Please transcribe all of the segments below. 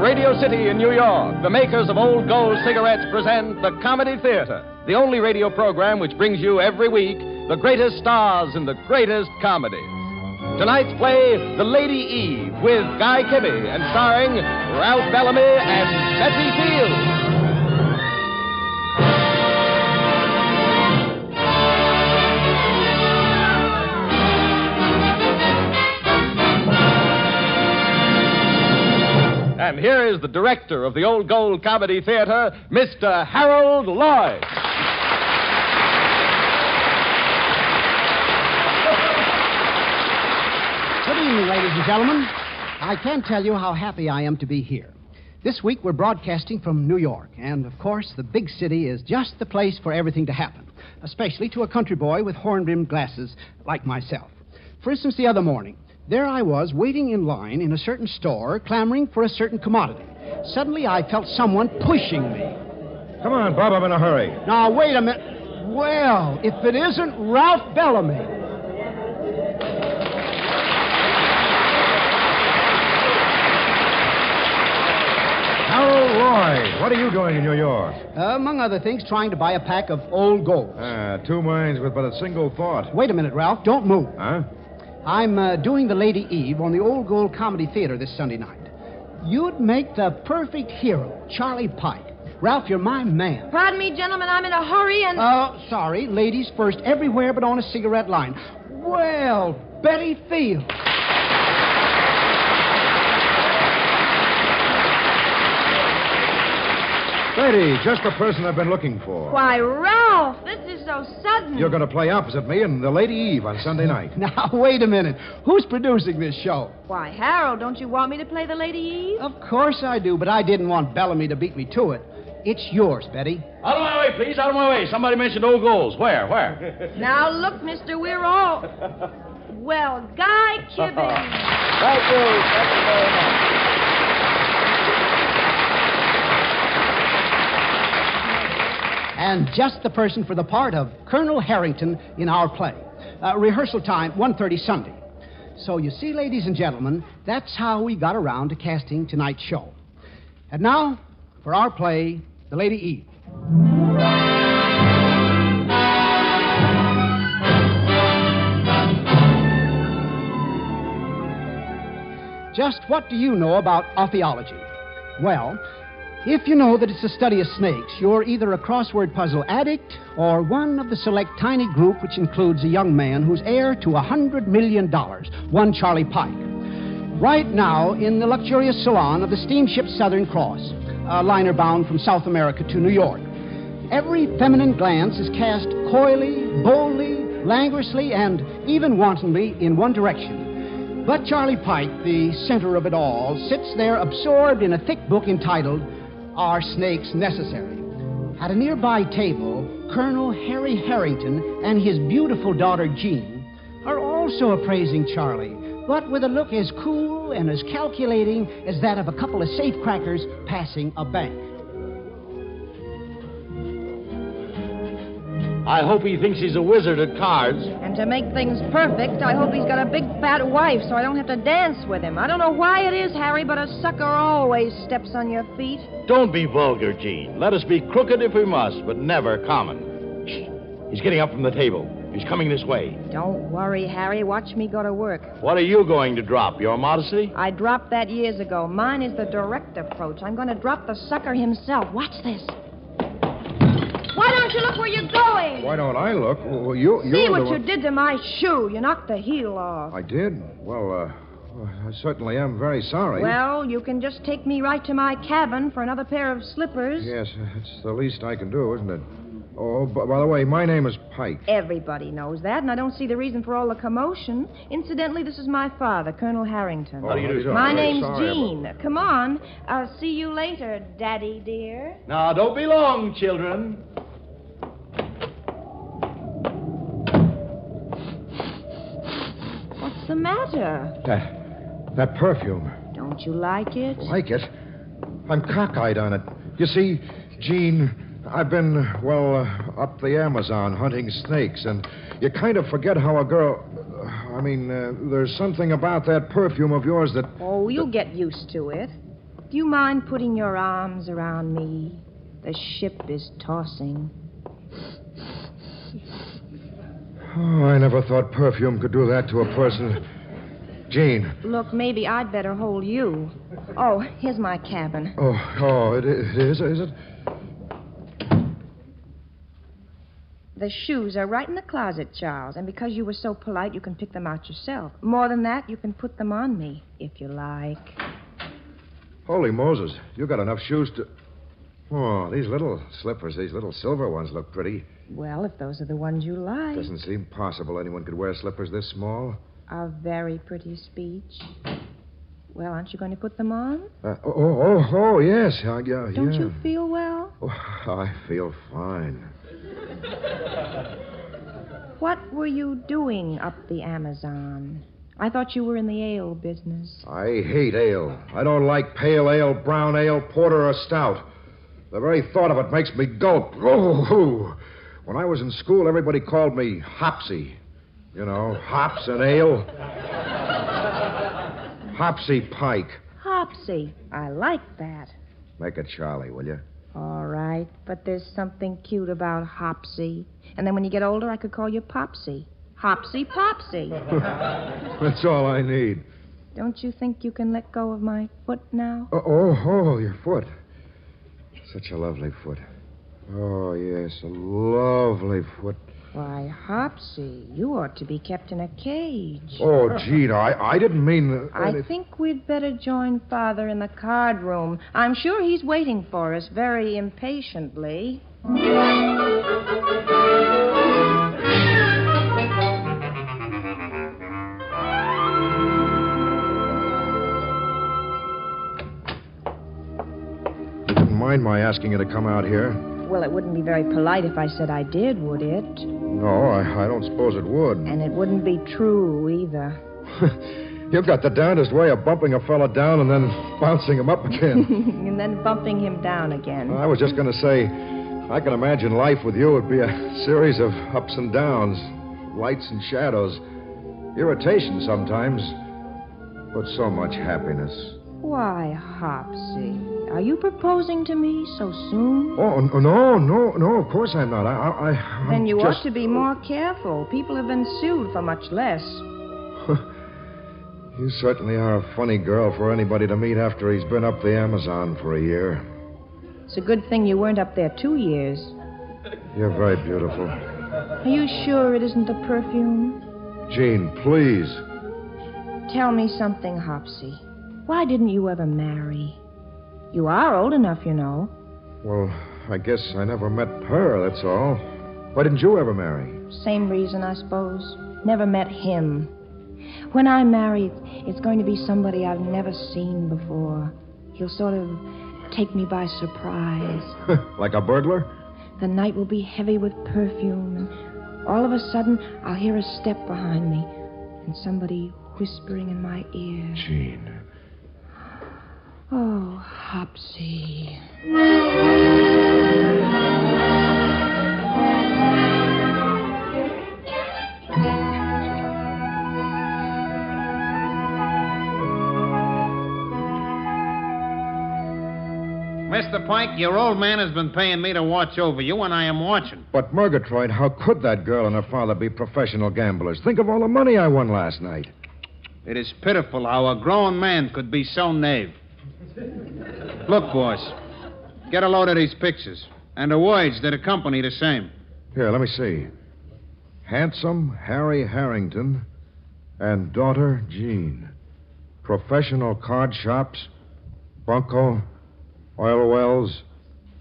Radio City in New York, the makers of Old Gold cigarettes present the Comedy Theater, the only radio program which brings you every week the greatest stars in the greatest comedies. Tonight's play, The Lady Eve, with Guy Kibbe and starring Ralph Bellamy and Betsy Fields. And here is the director of the Old Gold Comedy Theater, Mr. Harold Lloyd. Good evening, ladies and gentlemen. I can't tell you how happy I am to be here. This week we're broadcasting from New York, and of course, the big city is just the place for everything to happen, especially to a country boy with horn rimmed glasses like myself. For instance, the other morning, there I was waiting in line in a certain store, clamoring for a certain commodity. Suddenly, I felt someone pushing me. Come on, Bob, I'm in a hurry. Now, wait a minute. Well, if it isn't Ralph Bellamy. Harold Lloyd, what are you doing in New York? among other things, trying to buy a pack of old gold. Ah, two minds with but a single thought. Wait a minute, Ralph. Don't move. Huh? I'm uh, doing The Lady Eve on the Old Gold Comedy Theater this Sunday night. You'd make the perfect hero, Charlie Pike. Ralph, you're my man. Pardon me, gentlemen, I'm in a hurry and. Uh, Oh, sorry. Ladies first, everywhere but on a cigarette line. Well, Betty Fields. Betty, just the person I've been looking for. Why, Ralph, this is so sudden. You're going to play opposite me in The Lady Eve on Sunday night. Now, wait a minute. Who's producing this show? Why, Harold, don't you want me to play the Lady Eve? Of course I do, but I didn't want Bellamy to beat me to it. It's yours, Betty. Out of my way, please. Out of my way. Somebody mentioned old goals. Where? Where? Now, look, mister, we're all. Well, Guy Kibben. Thank you. Thank you very much. and just the person for the part of Colonel Harrington in our play. Uh, rehearsal time, 1.30 Sunday. So you see, ladies and gentlemen, that's how we got around to casting tonight's show. And now, for our play, The Lady Eve. Just what do you know about archaeology? Well, if you know that it's the study of snakes, you're either a crossword puzzle addict or one of the select tiny group which includes a young man who's heir to a hundred million dollars, one Charlie Pike. Right now, in the luxurious salon of the steamship Southern Cross, a liner bound from South America to New York, every feminine glance is cast coyly, boldly, languorously, and even wantonly in one direction. But Charlie Pike, the center of it all, sits there absorbed in a thick book entitled Are Snakes Necessary? At a nearby table, Colonel Harry Harrington and his beautiful daughter Jean are also appraising Charlie, but with a look as cool and as calculating as that of a couple of safecrackers passing a bank. I hope he thinks he's a wizard at cards. And to make things perfect, I hope he's got a big fat wife so I don't have to dance with him. I don't know why it is, Harry, but a sucker always steps on your feet. Don't be vulgar, Gene. Let us be crooked if we must, but never common. Shh. He's getting up from the table. He's coming this way. Don't worry, Harry. Watch me go to work. What are you going to drop? Your modesty? I dropped that years ago. Mine is the direct approach. I'm going to drop the sucker himself. Watch this. Why don't you look where you're going? Why don't I look? Well, you, you're See the what you one- did to my shoe. You knocked the heel off. I did? Well, uh, I certainly am very sorry. Well, you can just take me right to my cabin for another pair of slippers. Yes, it's the least I can do, isn't it? Oh, b- by the way, my name is Pike. Everybody knows that, and I don't see the reason for all the commotion. Incidentally, this is my father, Colonel Harrington. How do you do? my I'm very name's sorry, but- Jean. Come on. I'll see you later, Daddy dear. Now, don't be long, children. What's the matter? That, that perfume. Don't you like it? Like it? I'm cockeyed on it. You see, Gene, I've been, well, uh, up the Amazon hunting snakes, and you kind of forget how a girl. I mean, uh, there's something about that perfume of yours that. Oh, you'll get used to it. Do you mind putting your arms around me? The ship is tossing. Oh, I never thought perfume could do that to a person. Jean. Look, maybe I'd better hold you. Oh, here's my cabin. Oh, oh, it, it is, is it? The shoes are right in the closet, Charles, and because you were so polite, you can pick them out yourself. More than that, you can put them on me, if you like. Holy Moses, you got enough shoes to. Oh, these little slippers, these little silver ones look pretty. Well, if those are the ones you like. Doesn't seem possible anyone could wear slippers this small. A very pretty speech. Well, aren't you going to put them on? Uh, oh, oh, oh, oh, yes. Uh, yeah, Don't yeah. you feel well? Oh, I feel fine. What were you doing up the Amazon? I thought you were in the ale business. I hate ale. I don't like pale ale, brown ale, porter, or stout. The very thought of it makes me gulp. Oh, when I was in school, everybody called me Hopsy. You know, hops and ale. Hopsy Pike. Hopsy, I like that. Make it Charlie, will you? All right, but there's something cute about Hopsy. And then when you get older, I could call you Popsy. Hopsy Popsy. That's all I need. Don't you think you can let go of my foot now? Oh, oh, oh, your foot. Such a lovely foot. Oh, yes, a lovely foot. Why, Hopsy, you ought to be kept in a cage. Oh, Gina, I, I didn't mean. I think we'd better join Father in the card room. I'm sure he's waiting for us very impatiently. You didn't mind my asking you to come out here. Well, it wouldn't be very polite if I said I did, would it? No, I, I don't suppose it would. And it wouldn't be true either. You've got the darndest way of bumping a fella down and then bouncing him up again. and then bumping him down again. I was just going to say, I can imagine life with you would be a series of ups and downs, lights and shadows, irritation sometimes, but so much happiness. Why, Hopsy, are you proposing to me so soon? Oh, n- no, no, no, of course I'm not. I. I, I Then you just... ought to be more careful. People have been sued for much less. You certainly are a funny girl for anybody to meet after he's been up the Amazon for a year. It's a good thing you weren't up there two years. You're very beautiful. Are you sure it isn't the perfume? Jean, please. Tell me something, Hopsy. Why didn't you ever marry? You are old enough, you know. Well, I guess I never met her, that's all. Why didn't you ever marry? Same reason, I suppose. Never met him. When I marry, it's going to be somebody I've never seen before. He'll sort of take me by surprise. like a burglar? The night will be heavy with perfume. All of a sudden, I'll hear a step behind me and somebody whispering in my ear. Jean. Oh, Hopsy. Mr. Pike, your old man has been paying me to watch over you, and I am watching. But, Murgatroyd, how could that girl and her father be professional gamblers? Think of all the money I won last night. It is pitiful how a grown man could be so knave. Look, boys, get a load of these pictures and the words that accompany the same. Here, let me see. Handsome Harry Harrington and daughter Jean. Professional card shops, bunco, oil wells,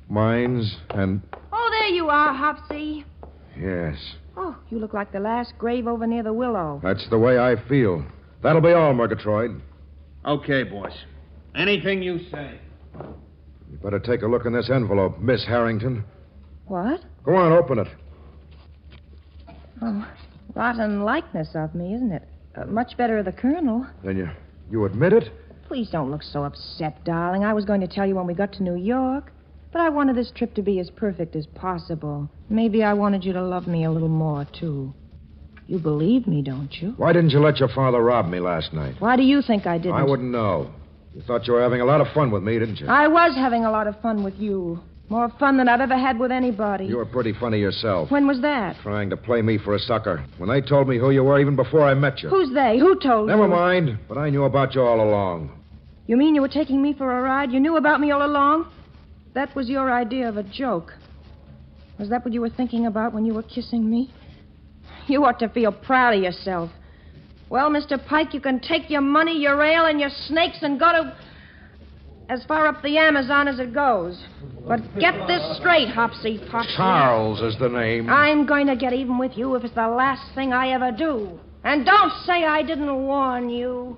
mines, and. Oh, there you are, Hopsy. Yes, Oh, you look like the last grave over near the willow. that's the way I feel. That'll be all, Murgatroyd. Okay, boys. Anything you say. You better take a look in this envelope, Miss Harrington. What? Go on, open it. Oh, rotten likeness of me, isn't it? Uh, much better of the colonel. Then you. You admit it? Please don't look so upset, darling. I was going to tell you when we got to New York, but I wanted this trip to be as perfect as possible. Maybe I wanted you to love me a little more, too. You believe me, don't you? Why didn't you let your father rob me last night? Why do you think I didn't? I wouldn't know. You thought you were having a lot of fun with me, didn't you? I was having a lot of fun with you. More fun than I've ever had with anybody. You were pretty funny yourself. When was that? Trying to play me for a sucker. When they told me who you were even before I met you. Who's they? Who told you? Never mind, but I knew about you all along. You mean you were taking me for a ride? You knew about me all along? That was your idea of a joke. Was that what you were thinking about when you were kissing me? You ought to feel proud of yourself. Well, Mr. Pike, you can take your money, your ale, and your snakes and go to. as far up the Amazon as it goes. But get this straight, Hopsy Popsy. Charles is the name. I'm going to get even with you if it's the last thing I ever do. And don't say I didn't warn you.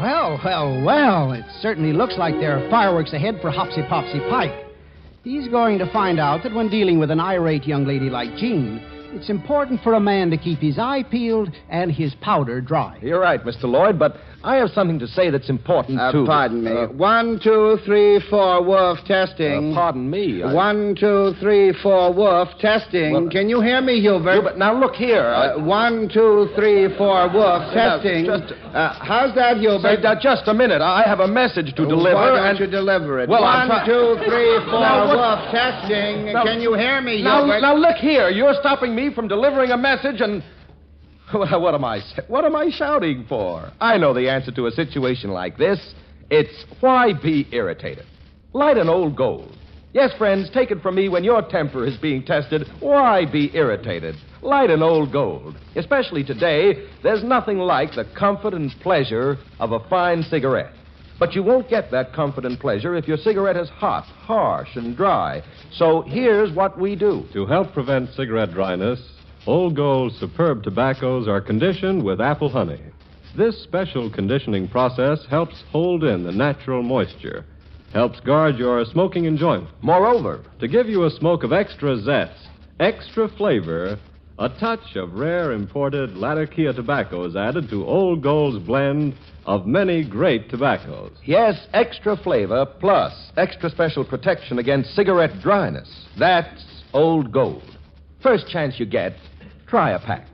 Well, well, well, it certainly looks like there are fireworks ahead for Hopsy Popsy Pike. He's going to find out that when dealing with an irate young lady like Jean, it's important for a man to keep his eye peeled and his powder dry. You're right, Mr. Lloyd, but I have something to say that's important, Uh, too. pardon me. Uh, One, two, three, four, woof, testing. uh, pardon me. I- One, two, three, four, woof, testing. Well, Can you hear me, Hubert? You- but now look here. Uh, one, two, three, four, woof, Yeah, testing. just- Uh, how's that, Hubert? Say, now, just a minute. I have a message to deliver. Why don't and- you deliver it? Well, I'm One, try- two, three, four, Now, what- woof, testing. Now- Can you hear me, Now, Hubert? now look here. You're stopping me from delivering a message, and Well, what am I? What am I shouting for? I know the answer to a situation like this. It's why be irritated? Light an old gold. Yes, friends, take it from me when your temper is being tested. Why be irritated? Light an old gold. Especially today, there's nothing like the comfort and pleasure of a fine cigarette. But you won't get that comfort and pleasure if your cigarette is hot, harsh, and dry. So here's what we do. To help prevent cigarette dryness, Old Gold's superb tobaccos are conditioned with apple honey. This special conditioning process helps hold in the natural moisture, helps guard your smoking enjoyment. Moreover, To give you a smoke of extra zest, extra flavor, a touch of rare imported Latakia tobacco is added to Old Gold's blend of many great tobaccos. yes, extra flavor plus extra special protection against cigarette dryness. That's old gold. First chance you get, try a pack.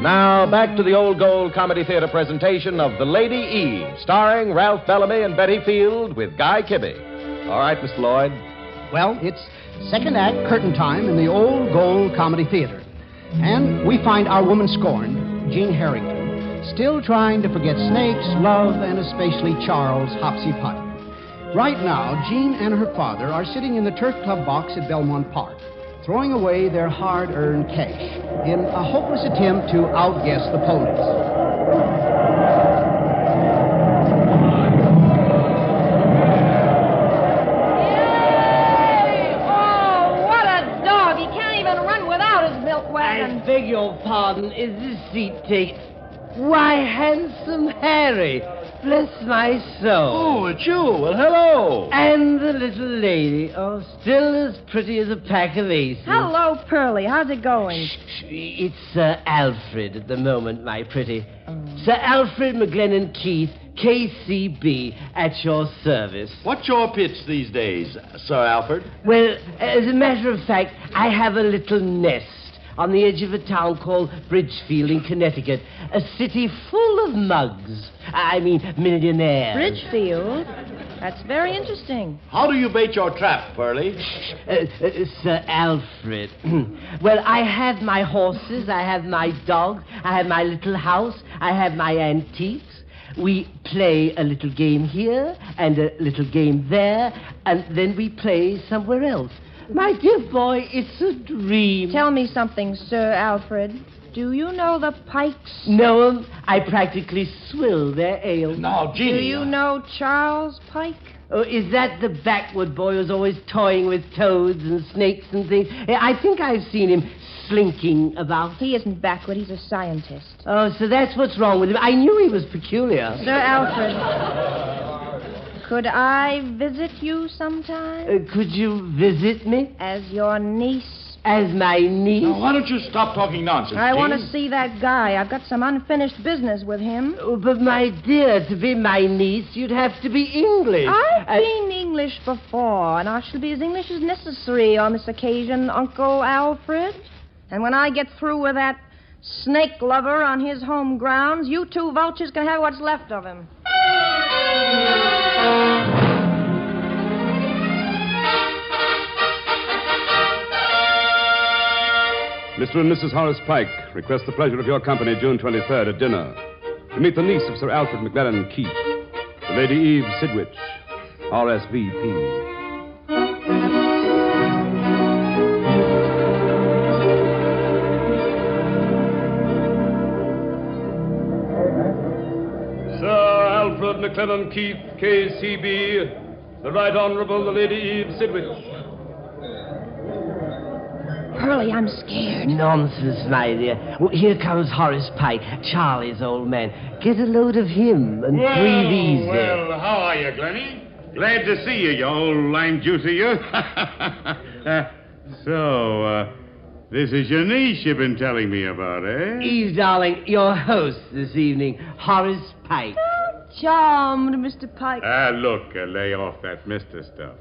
Now, back to the Old Gold Comedy Theater presentation of The Lady Eve, starring Ralph Bellamy and Betty Field with Guy Kibbe. All right, Mr. Lloyd. Well, it's second act curtain time in the Old Gold Comedy Theater. And we find our woman scorned, Jean Harrington, still trying to forget snakes, love, and especially Charles Hopsy Pike. Right now, Jean and her father are sitting in the turf club box at Belmont Park, throwing away their hard earned cash in a hopeless attempt to outguess the police. Oh, what a dog! He can't even run without his milk wagon. I beg your pardon. Is this seat taken? Why, handsome Harry. Bless my soul. Oh, it's you. Well, hello. And the little lady. Oh, still as pretty as a pack of aces. Hello, Pearlie. How's it going? Shh, It's Sir Alfred at the moment, my pretty. Sir Alfred McGlennon Keith, KCB, at your service. What's your pitch these days, Sir Alfred? Well, as a matter of fact, I have a little nest on the edge of a town called Bridgefield in Connecticut, a city full of mugs. I mean, millionaires. Bridgefield. That's very interesting. How do you bait your trap, Pearlie? Uh, uh, Sir Alfred. well, I have my horses, I have my dogs, I have my little house, I have my antiques. We play a little game here and a little game there, and then we play somewhere else. My dear boy, it's a dream. Tell me something, Sir Alfred. Do you know the Pikes? No, um, I practically swill their ale. Now, Do Jeannie. uh, you know Charles Pike? Oh, is that the backward boy who's always toying with toads and snakes and things? Eh, I think I've seen him slinking about. He isn't backward. He's a scientist. Oh, so that's what's wrong with him. I knew he was peculiar. Sir Alfred, could I visit you sometime? Uh, could you visit me? As your niece, as my niece. Now, why don't you stop talking nonsense, I Jean? want to see that guy. I've got some unfinished business with him. Oh, but my dear, to be my niece, you'd have to be English. Uh, I've I- been English before, and I shall be as English as necessary on this occasion, Uncle Alfred. And when I get through with that snake lover on his home grounds, you two vultures can have what's left of him. Mr. and Mrs. Horace Pike request the pleasure of your company June 23rd at dinner to meet the niece of Sir Alfred McLaren Keith, the Lady Eve Sidwich, RSVP. Sir Alfred McLennan Keith, KCB, the Right Honorable the Lady Eve Sidwich. Hurley, I'm scared. Nonsense, my dear. Well, here comes Horace Pike, Charlie's old man. Get a load of him and Well, breathe easy. Well, how are you, Glenny? Glad to see you, you old lime juicer, you. Uh, so, uh, this is your niece you've been telling me about, eh? Eve, darling, your host this evening, Horace Pike. Charmed, Mr. Pike. Ah, look, uh, lay off that mister stuff.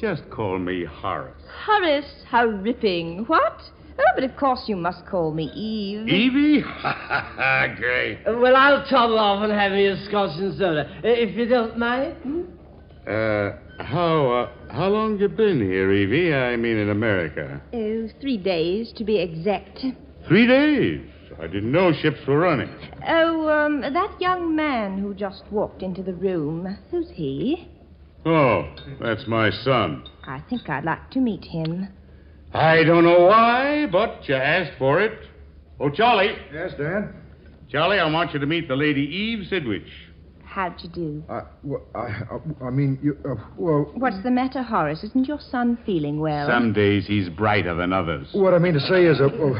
Just call me Horace. Horace, how ripping. What? Oh, but of course you must call me Eve. Evie? Great. Well, I'll toddle off and have me a scotch and soda, i- if you don't mind. hmm? Uh, how, uh, how long you been here, Evie? I mean in America. Oh, three days to be exact. Three days. I didn't know ships were running. Oh, um, that young man who just walked into the room. Who's he? Oh, that's my son. I think I'd like to meet him. I don't know why, but you asked for it. Oh, Charlie. Yes, Dad? Charlie, I want you to meet the Lady Eve Sidwich. How'd you do? I, well, I, I mean, you, uh, well, What's the matter, Horace? Isn't your son feeling well? Some days he's brighter than others. what I mean to say is, uh, well,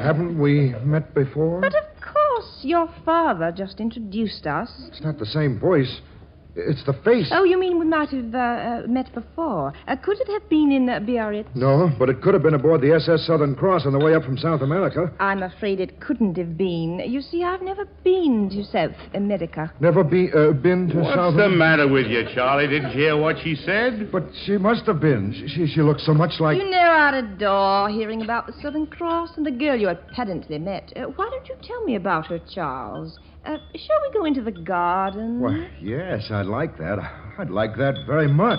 haven't we met before? But uh, of course, your father just introduced us. It's not the same voice. It's the face. Oh, you mean we might have uh, uh, met before? Uh, could it have been in uh, Biarritz? No, but it could have been aboard the SS Southern Cross on the way up from South America. I'm afraid it couldn't have been. You see, I've never been to South America. Never be, uh, been to What's South the matter with you, Charlie? Didn't you hear what she said? But she must have been. She, she, she looks so much like. you know I'd adore hearing about the Southern Cross and the girl you had pedantly met. Uh, why don't you tell me about her, Charles? Uh, shall we go into the garden? Why, yes, I'd like that. I'd like that very much.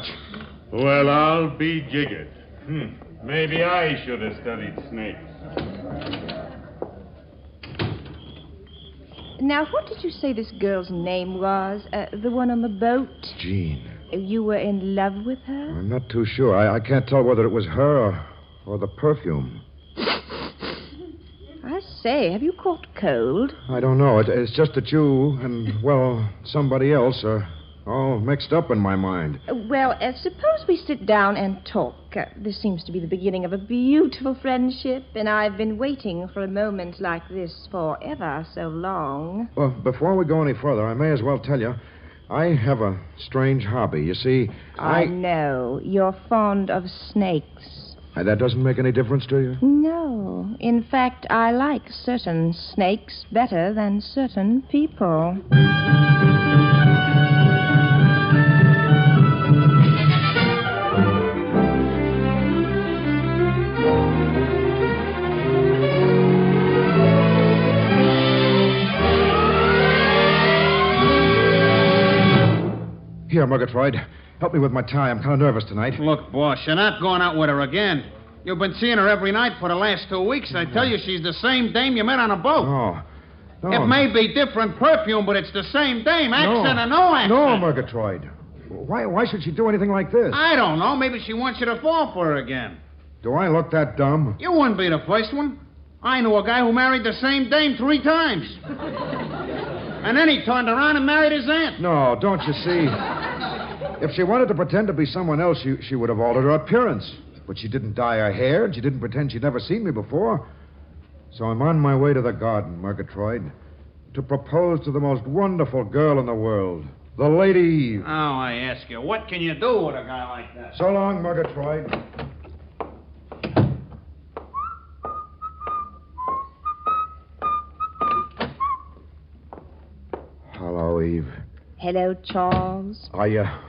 Well, I'll be jiggered. Hmm. Maybe I should have studied snakes. Now, what did you say this girl's name was? Uh, the one on the boat? Uh, Jean. You were in love with her? I'm not too sure. I, I can't tell whether it was her or, or the perfume. I say, have you caught cold? I don't know. It, it's just that you and, well, somebody else are all mixed up in my mind. Uh, Well, uh, suppose we sit down and talk. Uh, this seems to be the beginning of a beautiful friendship, and I've been waiting for a moment like this for ever so long. Well, before we go any further, I may as well tell you I have a strange hobby. You see, I know. You're fond of snakes. I- that doesn't make any difference to you? No. In fact, I like certain snakes better than certain people. Here, Mugger Freud, help me with my tie. I'm kind of nervous tonight. Look, boss, you're not going out with her again. You've been seeing her every night for the last two weeks. I tell you, she's the same dame you met on a boat. Oh. No. It may be different perfume, but it's the same dame. Accent no. or no accent. No, Murgatroyd. Why, why should she do anything like this? I don't know. Maybe she wants you to fall for her again. Do I look that dumb? You wouldn't be the first one. I knew a guy who married the same dame three times. and then he turned around and married his aunt. No, don't you see? If she wanted to pretend to be someone else, she, she would have altered her appearance. But she didn't dye her hair, and she didn't pretend she'd never seen me before. So I'm on my way to the garden, Murgatroyd, to propose to the most wonderful girl in the world, the Lady Eve. Now I ask you, what can you do with a guy like that? So long, Murgatroyd. Hello, Charles. I, uh.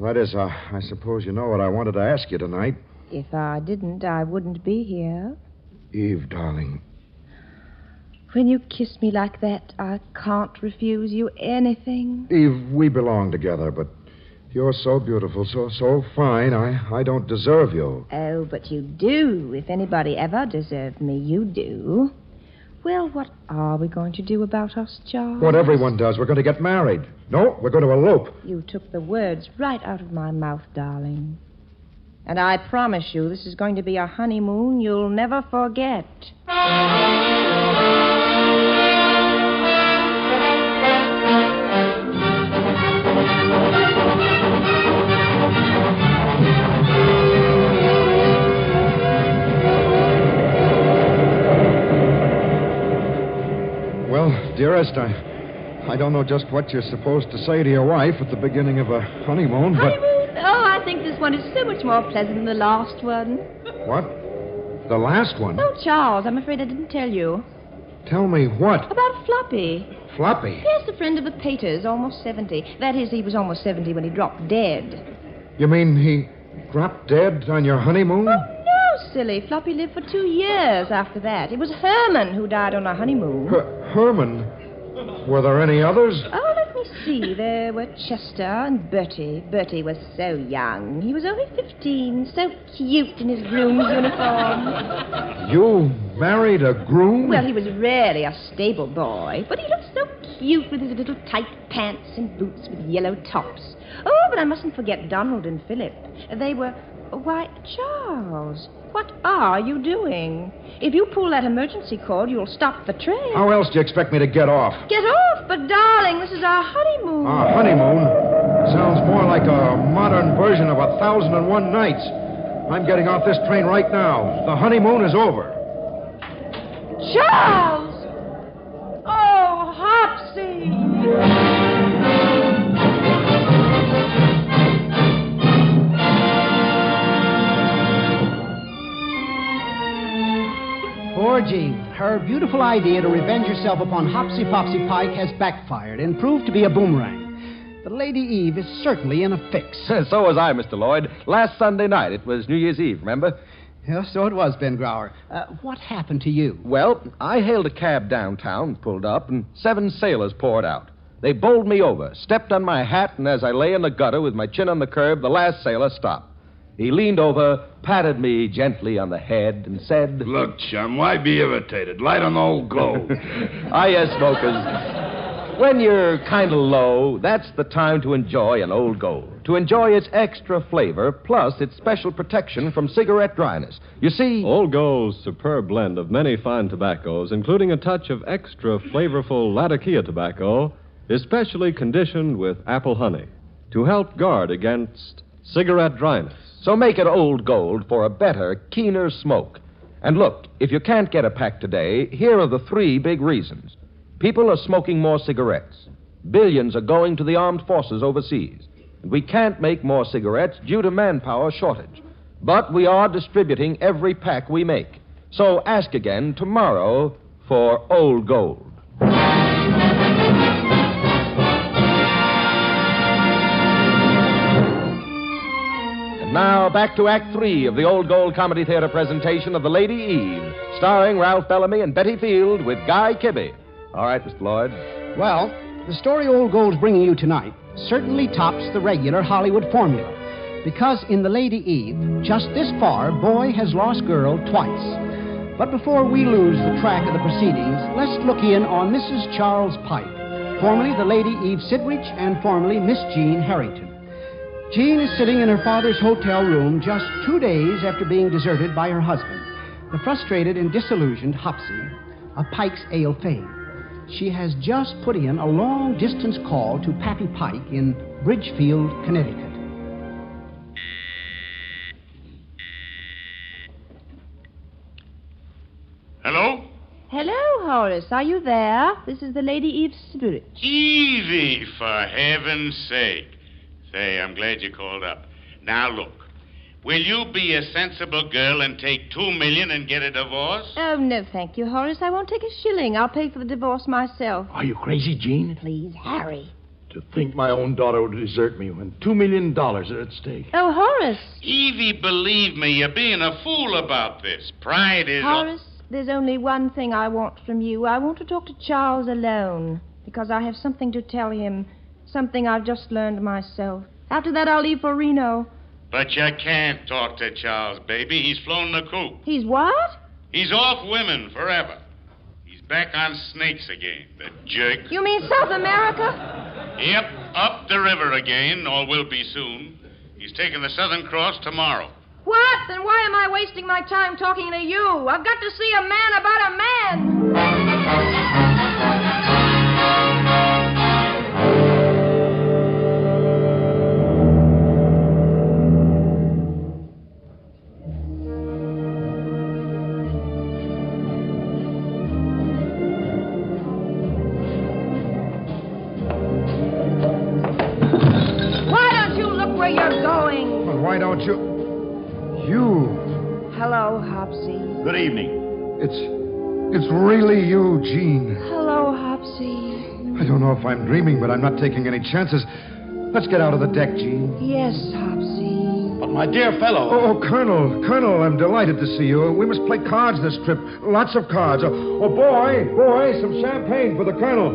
That is, uh, I suppose you know what I wanted to ask you tonight. If I didn't, I wouldn't be here. Eve, darling. When you kiss me like that, I can't refuse you anything. Eve, we belong together, but you're so beautiful, so so fine. I, I don't deserve you. Oh, but you do. If anybody ever deserved me, you do. Well, what are we going to do about us, Charles? What everyone does, we're going to get married. No, we're going to elope. You took the words right out of my mouth, darling. And I promise you, this is going to be a honeymoon you'll never forget. Well, dearest, I. I don't know just what you're supposed to say to your wife at the beginning of a honeymoon, but. Oh, I think this one is so much more pleasant than the last one. What? The last one? Oh, Charles, I'm afraid I didn't tell you. Tell me what? About Floppy. Floppy? Here's the friend of the Paters, almost 70. That is, he was almost 70 when he dropped dead. You mean he dropped dead on your honeymoon? No, silly. Floppy lived for two years after that. It was Herman who died on our honeymoon. Her- Herman. Were there any others? Oh, let me see. There were Chester and Bertie. Bertie was so young. He was only 15, so cute in his groom's uniform. You married a groom? Well, he was really a stable boy, but he looked so cute with his little tight pants and boots with yellow tops. Oh, but I mustn't forget Donald and Philip. They were. Why, Charles, what are you doing? If you pull that emergency cord, you'll stop the train. How else do you expect me to get off? Get off, but darling, this is our honeymoon. Our honeymoon sounds more like a modern version of a thousand and one nights. I'm getting off this train right now. The honeymoon is over. Charles! Oh, Hopsy! Poor Jean. Her beautiful idea to revenge herself upon Hopsy Popsy Pike has backfired and proved to be a boomerang. The Lady Eve is certainly in a fix. so was I, Mr. Lloyd. Last Sunday night, it was New Year's Eve, remember? Yeah, so it was, Ben Grauer. Uh, what happened to you? Well, I hailed a cab downtown, pulled up, and seven sailors poured out. They bowled me over, stepped on my hat, and as I lay in the gutter with my chin on the curb, the last sailor stopped. He leaned over, patted me gently on the head, and said, Look, chum, why be irritated? Light an old glow. Ah, yes, smokers. When you're kind of low, that's the time to enjoy an old gold. To enjoy its extra flavor plus its special protection from cigarette dryness. You see. Old Gold's superb blend of many fine tobaccos, including a touch of extra flavorful Latakia tobacco, is specially conditioned with apple honey to help guard against cigarette dryness. So make it old gold for a better, keener smoke. And look, if you can't get a pack today, here are the three big reasons. People are smoking more cigarettes. Billions are going to the armed forces overseas. And we can't make more cigarettes due to manpower shortage. But we are distributing every pack we make. So ask again tomorrow for old gold. And now back to Act Three of the Old Gold Comedy Theater presentation of The Lady Eve, starring Ralph Bellamy and Betty Field with Guy Kibbe. All right, Mr. Lloyd. Well, the story Old Gold's bringing you tonight certainly tops the regular Hollywood formula. Because in The Lady Eve, just this far, boy has lost girl twice. But before we lose the track of the proceedings, let's look in on Mrs. Charles Pike, formerly the Lady Eve Sidrich and formerly Miss Jean Harrington. Jean is sitting in her father's hotel room just two days after being deserted by her husband, the frustrated and disillusioned Hopsy, a Pike's ale fame. She has just put in a long distance call to Pappy Pike in Bridgefield, Connecticut. Hello? Hello, Horace. Are you there? This is the Lady Eve Spirit. Easy, for heaven's sake. Say, I'm glad you called up. Now, look. Will you be a sensible girl and take two million and get a divorce? Oh, no, thank you, Horace. I won't take a shilling. I'll pay for the divorce myself. Are you crazy, Jean? Please, Harry. To think my own daughter would desert me when $2 million are at stake. Oh, Horace. Evie, believe me, you're being a fool about this. Pride is. Horace, there's only one thing I want from you. I want to talk to Charles alone because I have something to tell him, something I've just learned myself. After that, I'll leave for Reno. But you can't talk to Charles, baby. He's flown the coop. He's what? He's off women forever. He's back on snakes again, the jerk. You mean South America? Yep, up the river again, or will be soon. He's taking the Southern Cross tomorrow. What? Then why am I wasting my time talking to you? I've got to see a man about a man. Why don't you look where you're going? Well, why don't you. You. Hello, Hopsy. Good e- evening. It's. It's really you, Jean. Hello, Hopsy. I don't know if I'm dreaming, but I'm not taking any chances. Let's get out of the deck, Jean. Yes, Hopsy. But my dear fellow. Oh, oh, Colonel, Colonel, I'm delighted to see you. We must play cards this trip. Lots of cards. Oh, oh boy, boy, some champagne for the Colonel.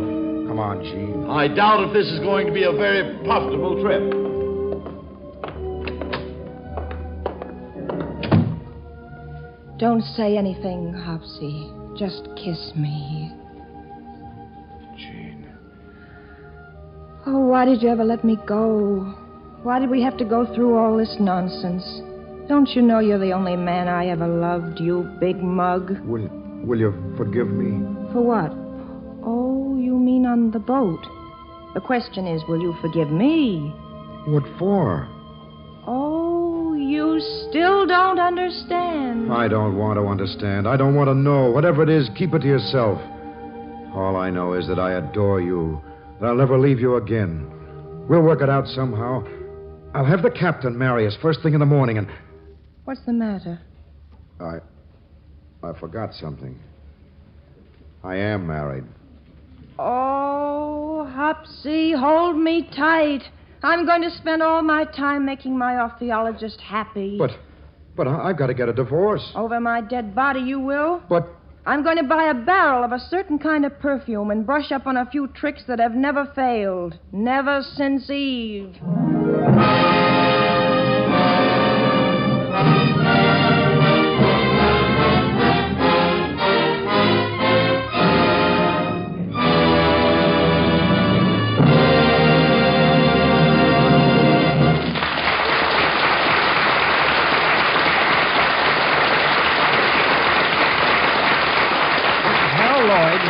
Come on, Jean. I doubt if this is going to be a very profitable trip. Don't say anything, Hopsy. Just kiss me. Jean. Oh, why did you ever let me go? Why did we have to go through all this nonsense? Don't you know you're the only man I ever loved, you big mug? Will, will you forgive me? For what? Oh, you mean on the boat. The question is, will you forgive me? What for? Oh, you still don't understand. I don't want to understand. I don't want to know. Whatever it is, keep it to yourself. All I know is that I adore you, that I'll never leave you again. We'll work it out somehow. I'll have the captain marry us first thing in the morning, and What's the matter? I. I forgot something. I am married. Oh, Hopsy, hold me tight. I'm going to spend all my time making my orpheologist happy. But. But I- I've got to get a divorce. Over my dead body, you will? But. I'm going to buy a barrel of a certain kind of perfume and brush up on a few tricks that have never failed. Never since Eve. Hal Lloyd.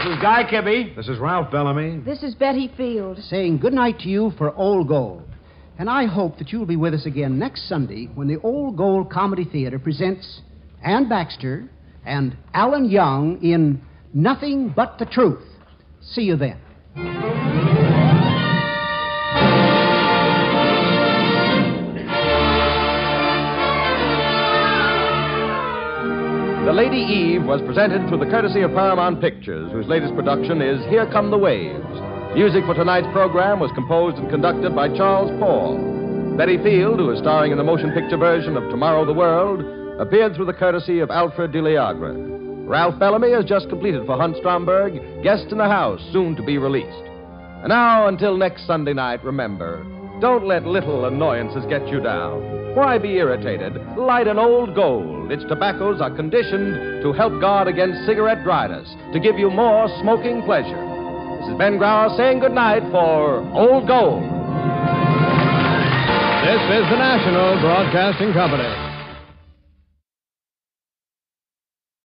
This is Guy Kibbe. This is Ralph Bellamy. This is Betty Field. Saying good night to you for Old Gold. And I hope that you'll be with us again next Sunday when the Old Gold Comedy Theater presents Ann Baxter and Alan Young in Nothing But the Truth. See you then. The Lady Eve was presented through the courtesy of Paramount Pictures, whose latest production is Here Come the Waves. Music for tonight's program was composed and conducted by Charles Paul. Betty Field, who is starring in the motion picture version of Tomorrow the World, appeared through the courtesy of Alfred de Liagre. Ralph Bellamy has just completed for Hunt Stromberg, Guest in the House, soon to be released. And now, until next Sunday night, remember don't let little annoyances get you down. Why be irritated? Light an old gold. Its tobaccos are conditioned to help guard against cigarette dryness, to give you more smoking pleasure. This is Ben Grauer saying goodnight for Old Gold. This is the National Broadcasting Company.